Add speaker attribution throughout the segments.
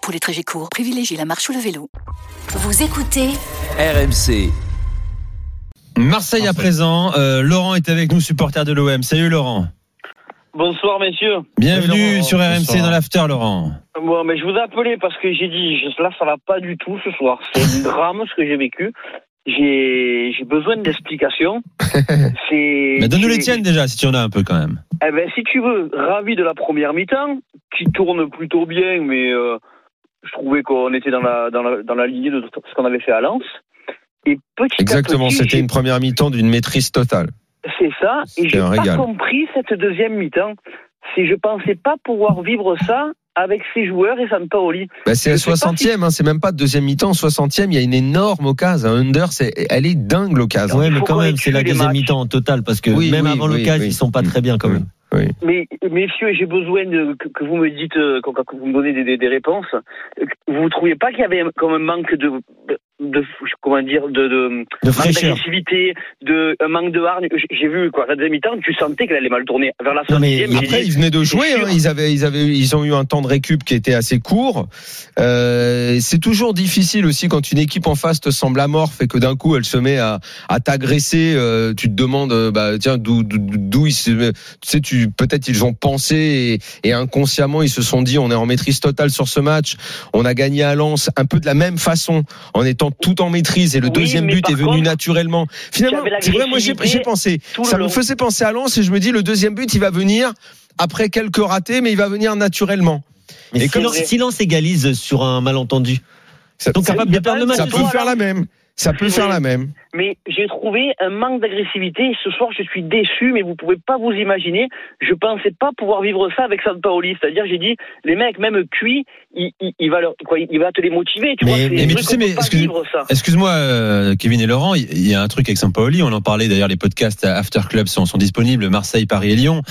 Speaker 1: Pour les trajets courts, privilégiez la marche ou le vélo.
Speaker 2: Vous écoutez
Speaker 3: RMC.
Speaker 4: Marseille à présent, euh, Laurent est avec nous, supporter de l'OM. Salut Laurent.
Speaker 5: Bonsoir messieurs.
Speaker 4: Bienvenue
Speaker 5: Salut, Laurent.
Speaker 4: sur RMC
Speaker 5: Bonsoir.
Speaker 4: dans l'after Laurent.
Speaker 5: Bon, mais je vous ai appelé parce que j'ai dit je- là ça va pas du tout ce soir. C'est un drame ce que j'ai vécu. J'ai j'ai besoin d'explications. C'est.
Speaker 4: Mais donne-nous les
Speaker 5: c'est-
Speaker 4: tiennes déjà si tu en as un peu quand même.
Speaker 5: Eh ben si tu veux, ravi de la première mi-temps qui tourne plutôt bien, mais euh, je trouvais qu'on était dans la dans la dans la lignée de ce qu'on avait fait à Lens. Et petit à
Speaker 6: Exactement,
Speaker 5: petit,
Speaker 6: c'était
Speaker 5: j'ai-
Speaker 6: une première mi-temps d'une maîtrise totale.
Speaker 5: C'est ça. Et
Speaker 6: C'était
Speaker 5: j'ai
Speaker 6: un
Speaker 5: pas
Speaker 6: régal.
Speaker 5: compris cette deuxième mi-temps. Si je pensais pas pouvoir vivre ça avec ces joueurs et Sampaoli.
Speaker 6: Bah, c'est la
Speaker 5: Je sais pas
Speaker 6: 60e, hein, c'est même pas deuxième mi-temps, 60e, il y a une énorme occasion. Un under, c'est, elle est dingue l'occasion.
Speaker 5: Ouais, mais faut quand qu'on même, c'est la étudie les deuxième matchs. mi-temps
Speaker 4: en total parce que
Speaker 6: Oui, même oui, avant oui, l'occasion, oui. Mm. ils sont pas très bien, quand même.
Speaker 5: Mais messieurs, j'ai besoin de, que, que vous me dites, euh, que, que vous me donnez des, des- des réponses. Euh, Vous trouvez pas qu'il y avait un- comme un manque de, de comment dire, de, de
Speaker 4: De
Speaker 5: manque d'agressivité, de un manque de hargne. J- J'ai vu quoi, la deuxième mi-temps, tu sentais qu'elle allait mal tourner vers la
Speaker 4: Non, mais
Speaker 5: soixantième. j'ai
Speaker 6: Après,
Speaker 5: dit,
Speaker 6: ils venaient de
Speaker 5: c'est
Speaker 6: jouer,
Speaker 5: sûr.
Speaker 6: hein, ils, avaient, ils, avaient, eu- ils ont eu un temps de récup qui était assez court. Euh, c'est toujours difficile aussi quand une équipe en face te semble amorphe et que d'un coup elle se met à, à t'agresser. euh, tu te demandes, euh, bah, tiens, d'où, d'où- d'où ils se. Tu sais, tu, peut-être ils ont pensé et, et inconsciemment ils se sont dit on est en maîtrise totale sur ce match, on a gagné à Lens un peu de la même façon, en étant tout en maîtrise et le
Speaker 5: Oui,
Speaker 6: deuxième
Speaker 5: mais
Speaker 6: but
Speaker 5: par
Speaker 6: est venu
Speaker 5: contre,
Speaker 6: naturellement. Finalement,
Speaker 5: tu avais
Speaker 6: c'est vrai, moi j'ai,
Speaker 5: l'agressivité
Speaker 6: j'ai pensé
Speaker 5: tout le
Speaker 6: ça me
Speaker 5: long.
Speaker 6: faisait penser à Lens et je me dis le deuxième but il va venir après quelques ratés mais il va venir naturellement.
Speaker 7: Mais
Speaker 6: Et
Speaker 7: et
Speaker 6: comme-
Speaker 7: silence, silence égalise sur un malentendu.
Speaker 6: Ça,
Speaker 7: Donc
Speaker 6: ça-
Speaker 7: capable de perdre le match.
Speaker 6: ça
Speaker 5: de
Speaker 6: peut
Speaker 5: toi,
Speaker 6: faire
Speaker 5: là.
Speaker 6: la même. Ça peut
Speaker 5: Oui.
Speaker 6: faire la même.
Speaker 5: mais j'ai trouvé un manque d'agressivité. Ce soir, je suis déçu, mais vous pouvez pas vous imaginer. Je pensais pas pouvoir vivre ça avec Sampaoli. C'est-à-dire, j'ai dit, les mecs, même cuit, il, il- il va leur, quoi, il va te les motiver. Tu
Speaker 4: Mais-
Speaker 5: vois, c'est
Speaker 4: mais
Speaker 5: un
Speaker 4: tu
Speaker 5: truc
Speaker 4: sais,
Speaker 5: qu'on
Speaker 4: mais
Speaker 5: peut pas
Speaker 4: excusez-
Speaker 5: vivre ça.
Speaker 4: Excuse-moi euh, Kevin et Laurent, il il y, a un truc avec Saint-Paoli, on en parlait d'ailleurs, les podcasts After Club sont, sont disponibles, Marseille, Paris et Lyon.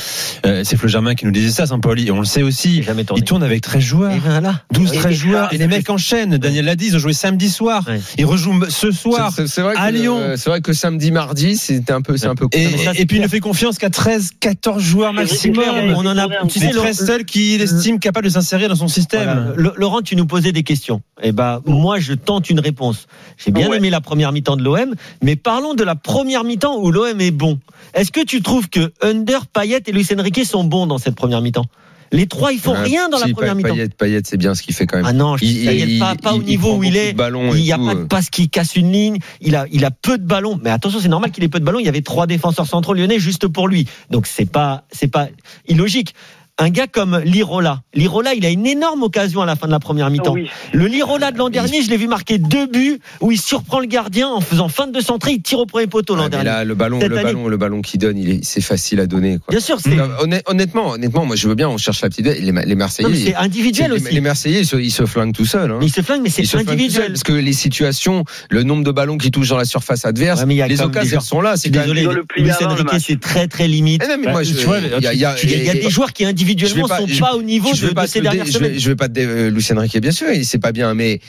Speaker 4: Euh, c'est Flo Germain qui nous disait ça, Saint-Paoli, et on le sait aussi.
Speaker 7: Jamais
Speaker 4: Il
Speaker 7: tourné.
Speaker 4: tourne avec 13
Speaker 7: Et
Speaker 4: joueurs.
Speaker 7: voilà.
Speaker 4: 12,
Speaker 5: Et
Speaker 4: 13
Speaker 5: c'est
Speaker 4: joueurs.
Speaker 5: ça.
Speaker 4: Et les mecs enchaînent. Daniel l'a dit, ils ont joué samedi soir.
Speaker 7: Ouais.
Speaker 4: Ils rejouent ce soir.
Speaker 6: C'est- C'est c'est vrai, que,
Speaker 4: À Lyon.
Speaker 6: euh, c'est vrai que samedi mardi c'était un peu c'est un peu
Speaker 4: Et,
Speaker 6: court.
Speaker 4: et puis il ne fait confiance qu'à 13, 14 joueurs
Speaker 5: C'est
Speaker 4: maximum.
Speaker 5: clair, mais
Speaker 4: On en a, tu sais,
Speaker 7: Laurent-
Speaker 4: 13 seuls qu'il estime capables de s'insérer dans son système.
Speaker 7: Voilà. Le- Laurent, tu nous posais des questions. Eh ben, moi, je tente une réponse. J'ai bien
Speaker 5: Ouais.
Speaker 7: aimé la première mi-temps de l'OM, mais parlons de la première mi-temps où l'OM est bon. Est-ce que tu trouves que Under, Payet et Luis Enrique sont bons dans cette première mi-temps Les trois, ils font
Speaker 6: Ouais,
Speaker 7: rien dans la
Speaker 6: Euh, si,
Speaker 7: première
Speaker 6: Payet-
Speaker 7: mi-temps.
Speaker 6: Payet, Payet, c'est bien ce qu'il fait quand même.
Speaker 7: Ah non, je Payet, pas, pas au niveau
Speaker 6: prend
Speaker 7: où il
Speaker 6: beaucoup
Speaker 7: est.
Speaker 6: de ballons et
Speaker 7: Il n'y a
Speaker 6: tout,
Speaker 7: pas de
Speaker 6: euh.
Speaker 7: passe qui casse une ligne. Il a, il a peu de ballons. Mais attention, c'est normal qu'il ait peu de ballons. Il y avait trois défenseurs centraux lyonnais juste pour lui. Donc c'est pas, c'est pas illogique. Un gars comme Lirola. Lirola, il a une énorme occasion à la fin de la première mi-temps.
Speaker 5: Oui.
Speaker 7: Le Lirola de l'an dernier, je l'ai vu marquer deux buts où il surprend le gardien en faisant fin de centrée. Il tire au premier poteau l'an
Speaker 6: Ouais, Ah, mais
Speaker 7: dernier.
Speaker 6: là, le ballon,
Speaker 7: Cette
Speaker 6: le
Speaker 7: année.
Speaker 6: ballon, le ballon qu'il donne, il est, c'est facile à donner. Quoi.
Speaker 7: Bien sûr, c'est,
Speaker 6: Non, honn- Honnêtement, honnêtement, moi je veux bien, on cherche la petite. Les, Ma- les
Speaker 7: non,
Speaker 6: Marseillais,
Speaker 7: mais c'est individuel
Speaker 6: les,
Speaker 7: aussi.
Speaker 6: les Marseillais, ils se, ils se flinguent tout seuls. hein.
Speaker 7: Mais il se flingue, mais c'est
Speaker 6: Ils se flinguent tout seuls,
Speaker 7: individuel.
Speaker 6: Parce que les situations, le nombre de ballons qui touchent dans la surface adverse,
Speaker 7: Ouais, mais il y a
Speaker 6: les
Speaker 7: quand même des
Speaker 6: occasions
Speaker 7: joueurs-
Speaker 6: elles sont là. C'est
Speaker 7: Je suis
Speaker 6: quand même-
Speaker 7: désolé,
Speaker 5: Ils ont le plié hein.
Speaker 7: Luis
Speaker 5: avant le
Speaker 7: Enrique,
Speaker 5: match.
Speaker 7: c'est très très limite.
Speaker 6: Eh non, mais
Speaker 4: Bah,
Speaker 6: moi, je-
Speaker 4: tu vois,
Speaker 6: il y a- il y a-
Speaker 7: Il y a- il y a des joueurs qui
Speaker 6: je
Speaker 7: individuellement
Speaker 6: vais pas-
Speaker 7: sont
Speaker 6: je-
Speaker 7: pas au niveau
Speaker 6: je vais
Speaker 7: de,
Speaker 6: pas
Speaker 7: de ces
Speaker 6: te dé-
Speaker 7: dernières
Speaker 6: je vais-
Speaker 7: semaines.
Speaker 6: je vais pas te dé- euh, Lucien Riquet, bien sûr, il c'est pas bien, mais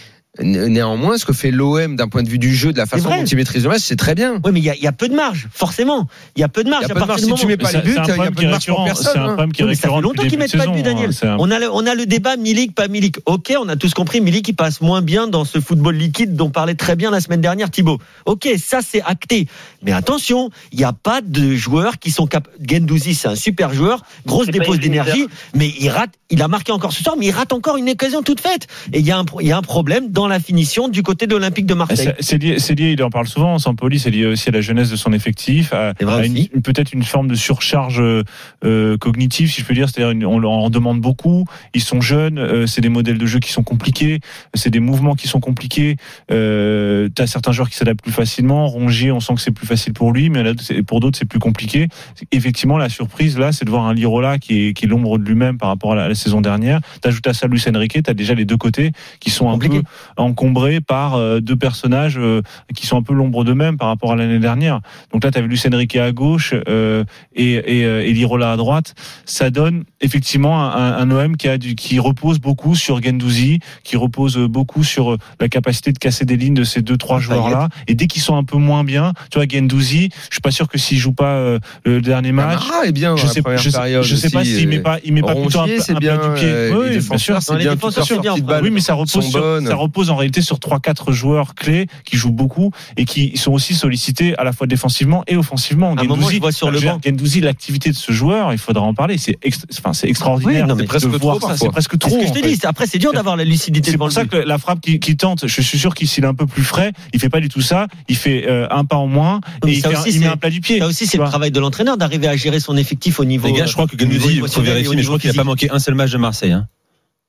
Speaker 6: né- néanmoins, ce que fait l'OM d'un point de vue du jeu, de la façon
Speaker 7: vrai.
Speaker 6: dont il maîtrise le match, c'est très bien.
Speaker 7: Oui, mais il y, a- il y a peu de marge, forcément. Il y a peu de marge.
Speaker 6: Il y a
Speaker 7: à
Speaker 6: pas de
Speaker 7: partir
Speaker 6: marge
Speaker 7: du
Speaker 6: si
Speaker 7: moment-
Speaker 6: tu mets pas
Speaker 8: C'est
Speaker 6: les
Speaker 8: un-
Speaker 6: buts,
Speaker 8: c'est un
Speaker 6: il y a
Speaker 8: problème
Speaker 6: pas
Speaker 8: qui
Speaker 6: de
Speaker 8: est
Speaker 6: marge pour
Speaker 8: récurrent. C'est
Speaker 6: personne.
Speaker 8: un
Speaker 6: hein.
Speaker 8: problème qui est
Speaker 7: Oui, mais ça fait
Speaker 8: récurrent
Speaker 7: longtemps
Speaker 8: depuis le
Speaker 7: qu'ils
Speaker 8: début de
Speaker 7: mettent pas de
Speaker 8: saison.
Speaker 7: but, Daniel.
Speaker 8: hein. C'est un-
Speaker 7: On a, le- on a le débat Milik, pas Milik. Ok, on a tous compris, Milik, il passe moins bien dans ce football liquide dont parlait très bien la semaine dernière Thibaut. Ok, ça c'est acté. Mais attention, il n'y a pas de joueurs qui sont capables. Gendouzi, c'est un super joueur, grosse
Speaker 5: C'est pas
Speaker 7: dépose
Speaker 5: un finisseur.
Speaker 7: d'énergie, mais il rate, il a marqué encore ce soir, mais il rate encore une occasion toute faite. Et il y, a un pro- il y a un problème dans la finition du côté de l'Olympique de
Speaker 8: Et
Speaker 7: Marseille.
Speaker 8: Eh, c'est- C'est lié, c'est lié, il en parle souvent, Sampoli, c'est lié aussi à la jeunesse de son effectif, à,
Speaker 7: C'est vrai
Speaker 8: à une-
Speaker 7: aussi.
Speaker 8: une- peut-être une forme de surcharge euh, euh, cognitive, si je peux dire, c'est-à-dire une- on leur en demande beaucoup, ils sont jeunes, euh, c'est des modèles de jeu qui sont compliqués, c'est des mouvements qui sont compliqués, euh, t'as certains joueurs qui s'adaptent plus facilement, Rongier, on sent que c'est plus facile pour lui, mais là, c'est- pour d'autres, c'est plus compliqué. Effectivement, la surprise, là, c'est de voir un Lirola qui est, qui est l'ombre de lui-même par rapport à la, la saison dernière. T'ajoutes à ça Luis Enrique, t'as déjà les deux côtés qui sont un
Speaker 7: Compliqué.
Speaker 8: peu encombré par euh, deux personnages euh, qui sont un peu l'ombre d'eux-mêmes par rapport à l'année dernière. Donc là, tu avais Lucien Riquet à gauche euh, et, et, euh, et Lirola à droite. Ça donne effectivement un, un OM qui, a du, qui repose beaucoup sur Gendouzi, qui repose beaucoup sur euh, la capacité de casser des lignes de ces deux trois joueurs-là. Et dès qu'ils sont un peu moins bien, tu vois, Gendouzi, je suis pas sûr que s'il joue pas euh, le dernier match,
Speaker 6: Camara est bien
Speaker 8: je
Speaker 6: dans Bah, la
Speaker 8: sais,
Speaker 6: première
Speaker 8: je sais-
Speaker 6: période
Speaker 8: je sais pas
Speaker 6: aussi,
Speaker 8: s'il met
Speaker 6: euh,
Speaker 8: pas, il met pas plutôt un,
Speaker 6: Rongier,
Speaker 8: plat-
Speaker 6: c'est
Speaker 8: un
Speaker 6: bien,
Speaker 8: plat du pied.
Speaker 6: euh,
Speaker 8: Oui,
Speaker 6: les
Speaker 8: oui, bien sûr.
Speaker 6: défenseurs,
Speaker 7: Dans
Speaker 6: c'est
Speaker 7: les
Speaker 6: bien,
Speaker 7: défenses,
Speaker 6: toutes
Speaker 7: c'est
Speaker 6: leurs
Speaker 7: bien.
Speaker 6: sorties de balle
Speaker 8: Ah bah Oui, mais ça repose,
Speaker 6: sont
Speaker 8: sur,
Speaker 6: bonnes.
Speaker 8: ça repose en réalité sur 3-4 joueurs clés qui jouent beaucoup et qui sont aussi sollicités à la fois défensivement et offensivement.
Speaker 7: À un moment,
Speaker 8: Guendouzi-
Speaker 7: je vois sur le
Speaker 8: je veux dire,
Speaker 7: banc.
Speaker 8: Guendouzi, l'activité de ce joueur, il faudra en parler. C'est ext- enfin, c'est extraordinaire.
Speaker 7: Oui, non, mais
Speaker 8: de
Speaker 6: presque
Speaker 8: voir
Speaker 6: trop,
Speaker 8: ça,
Speaker 6: parfois.
Speaker 8: C'est presque
Speaker 7: C'est
Speaker 8: trop.
Speaker 7: ce que je
Speaker 8: en
Speaker 7: te
Speaker 8: fait.
Speaker 7: dis. c'est- Après, c'est dur d'avoir la lucidité
Speaker 8: C'est
Speaker 7: devant
Speaker 8: pour
Speaker 7: le
Speaker 8: ça
Speaker 7: but.
Speaker 8: que la frappe qui, qui tente, je suis sûr qu'il s'il est un peu plus frais, il fait pas du tout ça. Il fait euh, un pas en moins
Speaker 7: Oui,
Speaker 8: et
Speaker 7: mais
Speaker 8: il,
Speaker 7: ça
Speaker 8: fait un-
Speaker 7: aussi,
Speaker 8: il met
Speaker 7: c'est-
Speaker 8: un plat du pied.
Speaker 7: Là aussi,
Speaker 8: Tu
Speaker 7: c'est le
Speaker 8: vois.
Speaker 7: travail de l'entraîneur d'arriver à gérer son effectif au niveau.
Speaker 4: Les gars, je crois que
Speaker 7: au niveau
Speaker 4: Gendouzi, il faut
Speaker 7: émotionnel et au
Speaker 4: vérifier, mais je
Speaker 7: niveau
Speaker 4: crois qu'il a pas
Speaker 7: physique.
Speaker 4: manqué un seul match de Marseille. hein.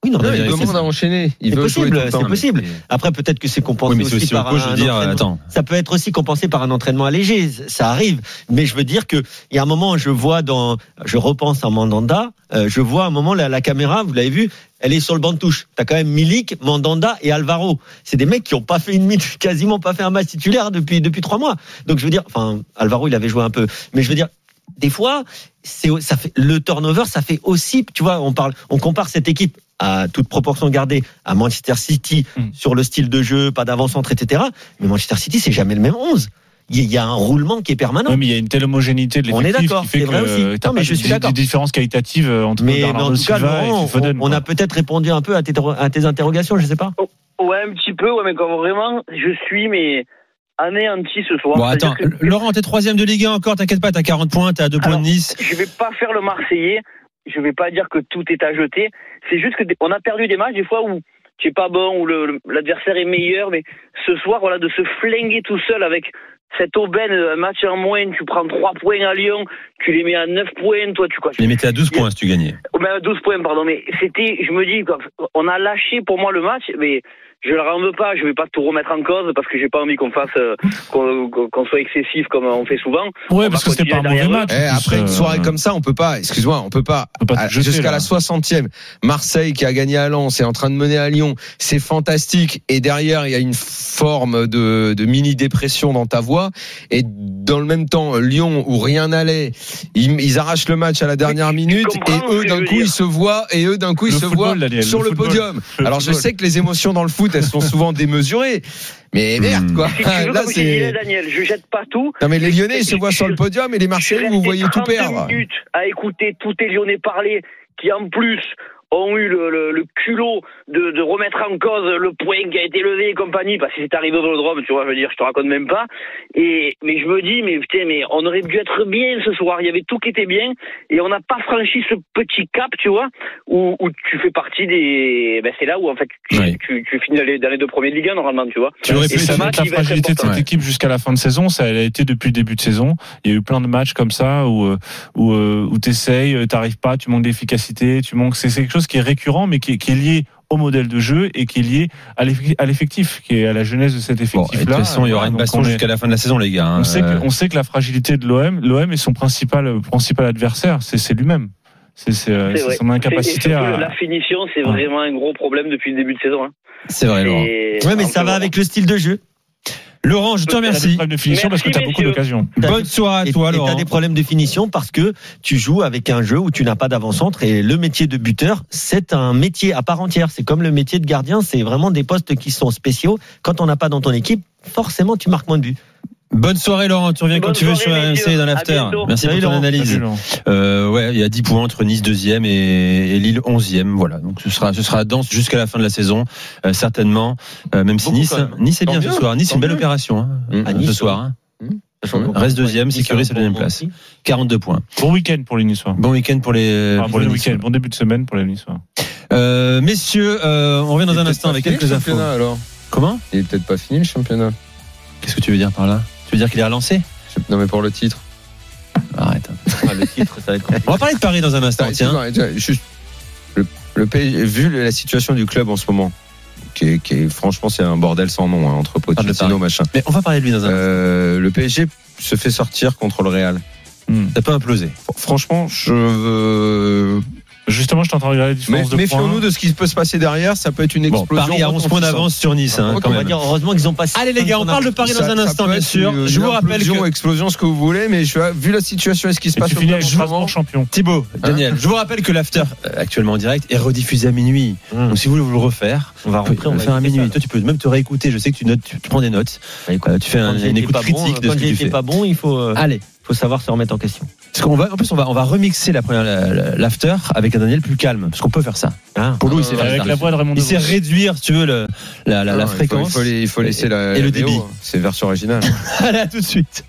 Speaker 7: Oui, non,
Speaker 4: Non,
Speaker 7: mais
Speaker 4: il
Speaker 6: Il
Speaker 7: c'est-
Speaker 6: demande à enchaîner. Il
Speaker 7: C'est
Speaker 6: veut
Speaker 7: possible,
Speaker 6: jouer tout le temps.
Speaker 7: c'est possible. Après, peut-être que c'est compensé
Speaker 4: Oui, mais c'est aussi au
Speaker 7: par
Speaker 4: coach
Speaker 7: un
Speaker 4: de dire,
Speaker 7: entraînement.
Speaker 4: attends.
Speaker 7: Ça peut être aussi compensé par un entraînement allégé, ça arrive. Mais je veux dire que il y a un moment, je vois dans, je repense à Mandanda, euh, je vois à un moment la, la caméra, vous l'avez vu, elle est sur le banc de touche. T'as quand même Milik, Mandanda et Alvaro. C'est des mecs qui ont pas fait une minute, quasiment pas fait un match titulaire depuis depuis trois mois. Donc je veux dire, enfin Alvaro, il avait joué un peu, mais je veux dire, des fois, c'est ça fait le turnover, ça fait aussi, tu vois, on parle, on compare cette équipe à toute proportion gardée à Manchester City
Speaker 8: Mm.
Speaker 7: sur le style de jeu, pas d'avant-centre, etc. Mais Manchester City, c'est jamais le même 11. Il y a- il y a un roulement qui est permanent.
Speaker 8: Oui, mais il y a une telle homogénéité de
Speaker 7: On est
Speaker 8: l'effectif
Speaker 7: d'accord,
Speaker 8: qui fait
Speaker 7: c'est
Speaker 8: que
Speaker 7: vrai aussi.
Speaker 8: euh, t'as
Speaker 7: Non, mais
Speaker 8: pas
Speaker 7: je
Speaker 8: des-
Speaker 7: suis d'accord.
Speaker 8: des différences qualitatives euh, entre
Speaker 7: Mais, mais
Speaker 8: Bernardo
Speaker 7: en tout cas,
Speaker 8: Silva
Speaker 7: Laurent,
Speaker 8: et Foden.
Speaker 7: on, on
Speaker 8: quoi.
Speaker 7: a peut-être répondu un peu à tes, à tes interrogations, je sais pas.
Speaker 5: Ouais, un petit peu, ouais, mais comme vraiment, je suis, mais anéanti ce soir.
Speaker 4: Bon,
Speaker 5: C'est-à-dire
Speaker 4: attends,
Speaker 5: que
Speaker 4: Laurent, t'es troisième de Ligue 1 encore, t'inquiète pas, t'as 40 points, t'as 2 points
Speaker 5: Alors,
Speaker 4: de Nice.
Speaker 5: je vais pas faire le Marseillais. Je vais pas dire que tout est à jeter. C'est juste que des- on a perdu des matchs des fois où tu es pas bon, où le- le- l'adversaire est meilleur, mais ce soir, voilà, de se flinguer tout seul avec cette aubaine, un match en moins, tu prends trois points à Lyon, tu les mets à 9 points, toi, tu quoi
Speaker 4: Tu les mettais à 12 points si tu gagnais.
Speaker 5: Oh, ben, 12 points, pardon, mais c'était, je me dis, quoi, on a lâché pour moi le match, mais je le rends pas, je vais pas tout remettre en cause parce que j'ai pas envie qu'on fasse, euh, qu'on qu'on soit excessif comme on fait souvent.
Speaker 8: Ouais,
Speaker 5: on
Speaker 8: parce
Speaker 5: va
Speaker 8: que c'était pas un
Speaker 5: continuer
Speaker 8: mauvais
Speaker 5: derrière eux.
Speaker 8: match. en
Speaker 6: Eh,
Speaker 8: plus,
Speaker 6: après une soirée
Speaker 8: euh,
Speaker 6: comme ça, on peut pas, excuse-moi, on peut pas,
Speaker 8: On peut pas
Speaker 6: à-
Speaker 8: tout jeter,
Speaker 6: Ah, jusqu'à
Speaker 8: là.
Speaker 6: la 60e. Marseille qui a gagné à Lens est en train de mener à Lyon, c'est fantastique. Et derrière, il y a une forme de, de mini-dépression dans ta voix. Et dans le même temps, Lyon, où rien n'allait, ils, ils arrachent le match à la dernière minute.
Speaker 5: comprends
Speaker 6: Et
Speaker 5: ce
Speaker 6: eux,
Speaker 5: que
Speaker 6: d'un
Speaker 5: je veux
Speaker 6: coup,
Speaker 5: dire.
Speaker 6: ils se voient, et eux, d'un coup, ils
Speaker 8: Le
Speaker 6: se
Speaker 8: football,
Speaker 6: voient
Speaker 8: Daniel,
Speaker 6: sur
Speaker 8: le
Speaker 6: le,
Speaker 8: football.
Speaker 6: podium.
Speaker 8: Le
Speaker 6: Alors, je
Speaker 8: football.
Speaker 6: sais que les émotions dans le foot, elles sont souvent démesurées. Mais merde,
Speaker 4: Hmm.
Speaker 6: quoi.
Speaker 5: Si tu veux,
Speaker 6: Là,
Speaker 5: comme je te disais,
Speaker 6: c'est.
Speaker 5: Daniel, je jette pas tout.
Speaker 6: Non, mais les Lyonnais, ils se voient sur le podium, et les Marseillais,
Speaker 5: J'ai
Speaker 6: vous
Speaker 5: resté
Speaker 6: voyez tout
Speaker 5: 32
Speaker 6: perdre.
Speaker 5: minutes à écouter tous tes Lyonnais parler, qui en plus ont eu le, le- le culot de, de remettre en cause le point qui a été levé et compagnie, parce que c'est arrivé au Vélodrome, tu vois, je veux dire, je te raconte même pas. Et, mais je me dis, mais putain, mais on aurait dû être bien ce soir, il y avait tout qui était bien, et on n'a pas franchi ce petit cap, tu vois, où, où tu fais partie des... Ben c'est là où, en fait, tu,
Speaker 4: Oui.
Speaker 5: tu- tu finis dans les, dans les deux premiers de Ligue 1, normalement, tu vois.
Speaker 4: Tu aurais
Speaker 5: Et
Speaker 4: pu
Speaker 5: ce
Speaker 8: ça
Speaker 4: être-
Speaker 5: match,
Speaker 8: montre la
Speaker 5: il va être
Speaker 8: fragilité de
Speaker 5: important.
Speaker 8: cette équipe jusqu'à la fin de saison. Ça elle a été depuis le début de saison. Il y a eu plein de matchs comme ça où euh, où, euh, où t'essayes, euh, t'arrives pas, tu manques d'efficacité, tu manques. C'est c'est quelque chose qui est récurrent, mais qui, est- qui est lié au modèle de jeu et qui est lié à l'effi- à l'effectif, qui est à la jeunesse de cet
Speaker 4: Bon, et
Speaker 8: effectif-là.
Speaker 4: de toute façon, il y aura
Speaker 8: Voilà,
Speaker 4: une
Speaker 8: donc
Speaker 4: baston
Speaker 8: on est-
Speaker 4: jusqu'à la fin de la saison, les gars. hein.
Speaker 8: On sait,
Speaker 4: Euh,
Speaker 8: que, on sait que la fragilité de l'OM, l'OM est son principal, euh, principal adversaire, c'est c'est lui-même. C'est c'est, euh,
Speaker 5: C'est
Speaker 8: c'est
Speaker 5: vrai.
Speaker 8: son
Speaker 5: C'est-
Speaker 8: incapacité
Speaker 5: et surtout, La
Speaker 8: à.
Speaker 5: finition, c'est
Speaker 8: Ouais.
Speaker 5: vraiment un gros problème depuis le début de saison. Hein.
Speaker 4: C'est vrai, Laurent.
Speaker 5: Et-
Speaker 7: Ouais, mais
Speaker 5: un
Speaker 7: ça
Speaker 5: peu
Speaker 7: va
Speaker 5: bon.
Speaker 7: avec le style de jeu.
Speaker 4: Laurent, je te
Speaker 8: T'as des
Speaker 4: remercie.
Speaker 8: problèmes de finition parce que
Speaker 5: Merci,
Speaker 8: t'as beaucoup
Speaker 5: messieurs.
Speaker 8: d'occasions.
Speaker 7: T'as-
Speaker 4: Bonne soirée à
Speaker 7: Et
Speaker 4: toi,
Speaker 7: et t'as
Speaker 4: Laurent.
Speaker 7: des problèmes de finition parce que tu joues avec un jeu où tu n'as pas d'avant-centre et le métier de buteur, c'est un métier à part entière. C'est comme le métier de gardien, c'est vraiment des postes qui sont spéciaux. Quand on n'a pas dans ton équipe, forcément tu marques moins de buts.
Speaker 4: Bonne soirée, Laurent. Tu reviens
Speaker 5: Bonne
Speaker 4: quand tu veux sur
Speaker 5: soirée,
Speaker 4: RMC
Speaker 5: messieurs.
Speaker 4: et dans
Speaker 5: À
Speaker 4: l'after.
Speaker 5: bientôt.
Speaker 4: Merci pour
Speaker 7: Salut,
Speaker 4: ton
Speaker 7: Laurent.
Speaker 4: analyse. Euh, ouais, il y a 10 points entre Nice 2e et, et Lille 11e. Voilà. Donc ce sera, ce sera dense jusqu'à la fin de la saison, euh, certainement. Euh, même si
Speaker 7: Beaucoup,
Speaker 4: Nice,
Speaker 7: quand même.
Speaker 4: Nice est
Speaker 6: Tant
Speaker 4: bien ce
Speaker 6: mieux,
Speaker 4: soir. Nice,
Speaker 6: tant
Speaker 4: une belle
Speaker 6: mieux.
Speaker 4: opération hein,
Speaker 6: Mmh.
Speaker 7: À
Speaker 4: euh,
Speaker 7: Nice,
Speaker 4: ce
Speaker 7: oui.
Speaker 4: soir. hein. Reste deuxième, sécurise la deuxième place. 42 points.
Speaker 8: Bon week-end pour les Niçois.
Speaker 6: Euh,
Speaker 4: Bon week-end pour les.
Speaker 8: Enfin, pour les
Speaker 4: Niçois.
Speaker 8: week-ends, Ah, bon début de semaine pour les Niçois.
Speaker 4: Euh, messieurs, euh, on revient dans
Speaker 6: Il est
Speaker 4: un
Speaker 6: peut-être
Speaker 4: instant
Speaker 6: pas
Speaker 4: avec
Speaker 6: fini,
Speaker 4: quelques
Speaker 6: le
Speaker 4: infos.
Speaker 6: championnat, Alors.
Speaker 4: Comment
Speaker 6: Il est peut-être pas fini le championnat.
Speaker 4: Qu'est-ce que tu veux dire par là Tu veux dire qu'il est relancé
Speaker 6: Je- Non mais pour le titre.
Speaker 4: Arrête.
Speaker 7: Ah, le titre, ça va être
Speaker 4: On va parler de Paris dans un instant.
Speaker 6: Attends,
Speaker 4: Tiens.
Speaker 6: excuse-moi, attends, juste, le, le PSG, vu la situation du club en ce moment, qui est, qui est- franchement c'est un bordel sans nom hein, entre
Speaker 4: Parle Ah, de
Speaker 6: Pochettino
Speaker 4: Paris.
Speaker 6: machin.
Speaker 4: Mais on va parler de lui dans un instant.
Speaker 6: Euh, le PSG se fait sortir contre le Real.
Speaker 4: hein, Ça peut imploser.
Speaker 6: Fr- Franchement, je veux-
Speaker 8: Justement, je t'entends regarder la
Speaker 6: Euh, Mais
Speaker 8: différence de points.
Speaker 6: méfions-nous de ce qui peut se passer derrière. Ça peut être une
Speaker 4: Bon,
Speaker 6: explosion.
Speaker 4: Paris a 11 points
Speaker 6: retentissante.
Speaker 4: d'avance sur Nice. hein,
Speaker 6: Ok,
Speaker 4: quand
Speaker 7: On va
Speaker 4: même.
Speaker 7: dire, heureusement qu'ils ont passé.
Speaker 4: Allez les gars, on parle de Paris dans
Speaker 6: Ça-
Speaker 4: un
Speaker 6: ça
Speaker 4: instant,
Speaker 6: peut
Speaker 4: bien
Speaker 6: être
Speaker 4: sûr.
Speaker 6: une-
Speaker 4: Je
Speaker 6: une
Speaker 4: vous rappelle
Speaker 6: implosion,
Speaker 4: que
Speaker 6: explosion, ce que vous voulez, mais je, suis- vu la situation et ce qui se
Speaker 8: Et
Speaker 6: passe
Speaker 8: tu
Speaker 6: au
Speaker 8: finis avec
Speaker 6: Camp
Speaker 8: Strasbourg
Speaker 6: Nou,
Speaker 8: champion.
Speaker 4: Thibaut,
Speaker 7: Hein
Speaker 4: Daniel, je vous rappelle que l'after euh, actuellement en direct est rediffusé à minuit.
Speaker 7: Hum.
Speaker 4: Donc si vous voulez vous le refaire,
Speaker 7: On va
Speaker 4: on peut
Speaker 7: rentrer, on
Speaker 4: le
Speaker 7: va
Speaker 4: faire à
Speaker 7: écouter
Speaker 4: minuit.
Speaker 7: ça.
Speaker 4: Toi, tu peux même te réécouter. Je sais que tu notes, tu tu prends des notes.
Speaker 7: Bah, écoute,
Speaker 4: Euh, tu fais un-
Speaker 7: quand j'ai
Speaker 4: une
Speaker 7: été
Speaker 4: écoute
Speaker 7: pas bon,
Speaker 4: critique de
Speaker 7: quand
Speaker 4: ce que
Speaker 7: j'ai
Speaker 4: tu
Speaker 7: été
Speaker 4: fais.
Speaker 7: pas bon, il faut, euh,
Speaker 4: Allez,
Speaker 7: faut savoir se remettre en question.
Speaker 4: parce qu'on va, en plus, on va, on va remixer la première, la- la- l'after avec un Daniel plus calme, parce qu'on peut faire ça.
Speaker 7: Ah.
Speaker 4: Pour
Speaker 6: Euh,
Speaker 4: il sait faire
Speaker 8: Avec
Speaker 4: ça.
Speaker 8: la voix de Raymond
Speaker 4: Il sait
Speaker 8: Devos.
Speaker 4: réduire, si tu veux, le- la, la, la
Speaker 6: non, Ah, il faut-
Speaker 4: fréquence.
Speaker 6: Il faut, il faut laisser la,
Speaker 4: et
Speaker 6: la
Speaker 4: le
Speaker 6: VO,
Speaker 4: débit.
Speaker 6: hein. C'est version originale.
Speaker 4: Allez, à tout de suite.